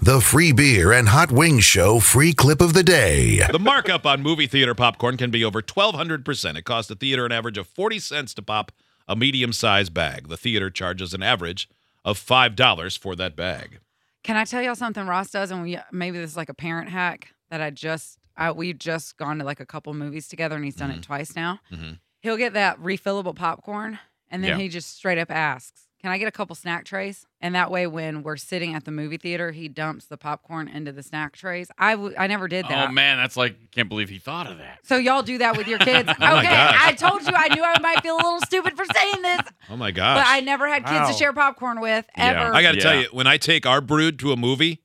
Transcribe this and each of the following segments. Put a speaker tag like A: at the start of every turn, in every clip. A: The Free Beer and Hot Wings Show free clip of the day.
B: The markup on movie theater popcorn can be over 1,200%. It costs the theater an average of 40 cents to pop a medium sized bag. The theater charges an average of $5 for that bag.
C: Can I tell y'all something Ross does? And we, uh, maybe this is like a parent hack that I just, I, we've just gone to like a couple movies together and he's done it twice now.
B: Mhm.
C: He'll get that refillable popcorn and then
B: Yeah.
C: he just straight up asks, Can I get a couple snack trays? And that way, when we're sitting at the movie theater, he dumps the popcorn into the snack trays. I, w- I never did that.
D: Oh man, that's like can't believe he thought of that.
C: So y'all do that with your kids. okay,
B: my gosh.
C: I told you I knew I might feel a little stupid for saying this,
B: Oh my gosh.
C: but I never had kids
D: Wow.
C: to share popcorn with
D: Yeah.
C: ever.
B: I got to
D: Yeah.
B: tell you, when I take our brood to a movie,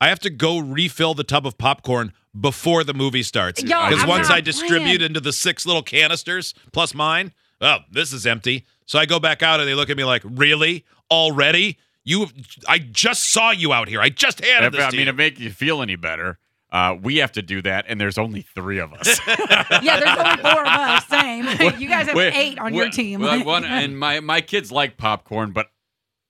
B: I have to go refill the tub of popcorn before the movie starts.
C: Yo,
B: Because
C: I'm
B: once
C: not
B: I distribute
C: playing.
B: into the six little canisters plus mine, oh, this is empty. So I go back out and they look at me like, really? Already? You, I just saw you out here. I just handed
D: If,
B: this
D: I
B: to
D: mean,
B: you.
D: to make you feel any better, uh, we have to do that, and there's only three of us.
C: yeah, there's only four of us. Same. you guys have
D: Wait,
C: eight on your
D: wait,
C: team.
D: well, one, and my my kids like popcorn, but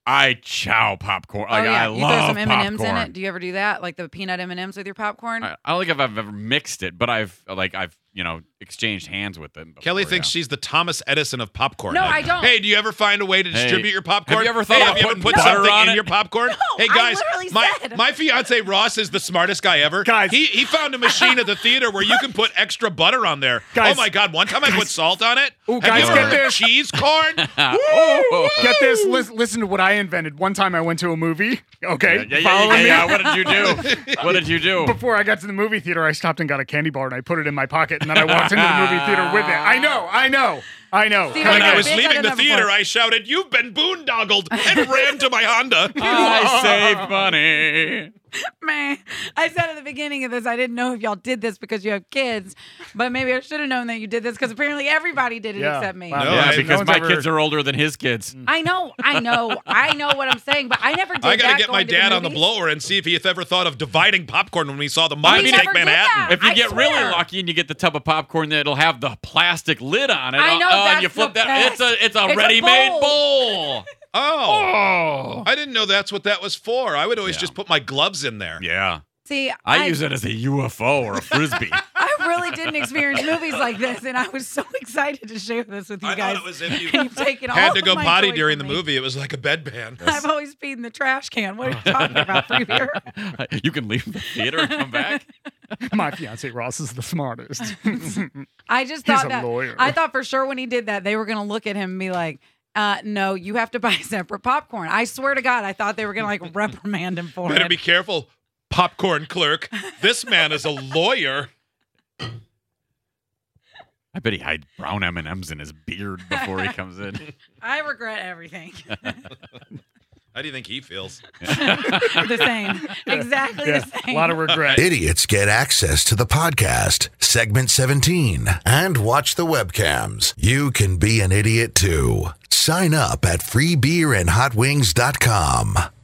D: I chow popcorn.
C: oh
D: Like,
C: yeah,
D: I
C: you
D: love
C: throw some M and M's in
D: popcorn.
C: it. Do you ever do that? Like the peanut M and M's with your popcorn?
D: I I don't think I've ever mixed it, but I've like I've you know exchanged hands with them. Before,
B: Kelly thinks
D: Oh, yeah.
B: she's the Thomas Edison of popcorn.
C: No,
B: Like,
C: I don't.
B: Hey, do you ever find a way to
D: Hey,
B: distribute your popcorn?
D: have you ever thought
B: hey,
D: about
B: have you ever
D: putting
B: put
D: butter
B: something
D: on
B: in
D: it?
B: your popcorn?
C: No,
B: hey
C: I
B: guys,
C: literally
B: my
C: said.
B: my fiance Ross is the smartest guy ever.
E: Guys.
B: he he found a machine at the theater where you can put extra butter on there.
E: Guys.
B: oh my God! One time I put salt on it.
E: Ooh,
B: Have
E: guys,
B: you ever
E: get
B: heard of
E: this.
B: cheese corn.
D: Ah, oh,
E: Get this. Lis- listen to what I invented. One time I went to a movie. Okay.
D: yeah, yeah, yeah,
E: follow
D: yeah,
E: me.
D: yeah. What did you do? What did you do?
E: Before I got to the movie theater, I stopped and got a candy bar and I put it in my pocket and then I walked into the movie theater with it. I know, I know, I know.
C: See,
B: When
C: Okay.
B: I was
C: Big
B: leaving the
C: item
B: theater,
C: before.
B: I shouted, "You've been boondoggled!" and ran to my Honda.
D: I save money.
C: Man, I said at the beginning of this, I didn't know if y'all did this because you have kids, but maybe I should have known that you did this because apparently everybody did it
E: Yeah.
C: except me.
E: Wow.
B: No,
D: yeah,
B: I-
D: because
E: Oh, no one's
D: my
E: ever-
D: kids are older than his kids.
C: I know, I know, I know what I'm saying, but I never did.
B: I gotta
C: that
B: get my
C: going to the
B: dad on the
C: movies.
B: blower and see if he ever thought of dividing popcorn when we saw the
C: We
B: Mom Take
C: never did
B: Manhattan.
C: that.
D: If you
C: I
D: get
C: swear.
D: really lucky and you get the tub of popcorn that'll have the plastic lid on it,
C: I know,
D: uh, and
C: that's
D: you flip
C: the
D: that,
C: best.
D: it's a it's a
C: It's a
D: ready-made
C: bowl.
D: bowl.
B: Oh.
E: Oh.
B: I didn't know that's what that was for. I would always
D: Yeah.
B: just put my gloves in there.
D: Yeah,
C: See,
D: I, use it as a UFO or a frisbee.
C: I really didn't experience movies like this, and I was so excited to share this with you
B: I
C: guys.
B: thought it was if
C: And
B: you
C: you've taken all
B: had to
C: of
B: go
C: my
B: potty
C: joy
B: during the
C: from me.
B: movie. It was like a bedpan.
C: I've always peed in the trash can. What are you talking about, free beer?
D: you can leave the theater and come back.
E: My fiance Ross is the smartest.
C: I just
E: He's
C: thought
E: a
C: that
E: lawyer.
C: I thought for sure when he did that they were gonna look at him and be like, uh, "No, you have to buy separate popcorn." I swear to God, I thought they were gonna like reprimand him for
B: Better
C: it.
B: be careful, popcorn clerk. This man is a lawyer.
D: I bet he hides brown M and M's in his beard before he comes in.
C: I regret everything.
B: How do you think he feels?
C: the same, exactly
E: Yeah,
C: the
E: a
C: same.
E: lot of regret.
A: Idiots get access to the podcast, segment 17, and watch the webcams. You can be an idiot too. Sign up at freebeerandhotwings.com.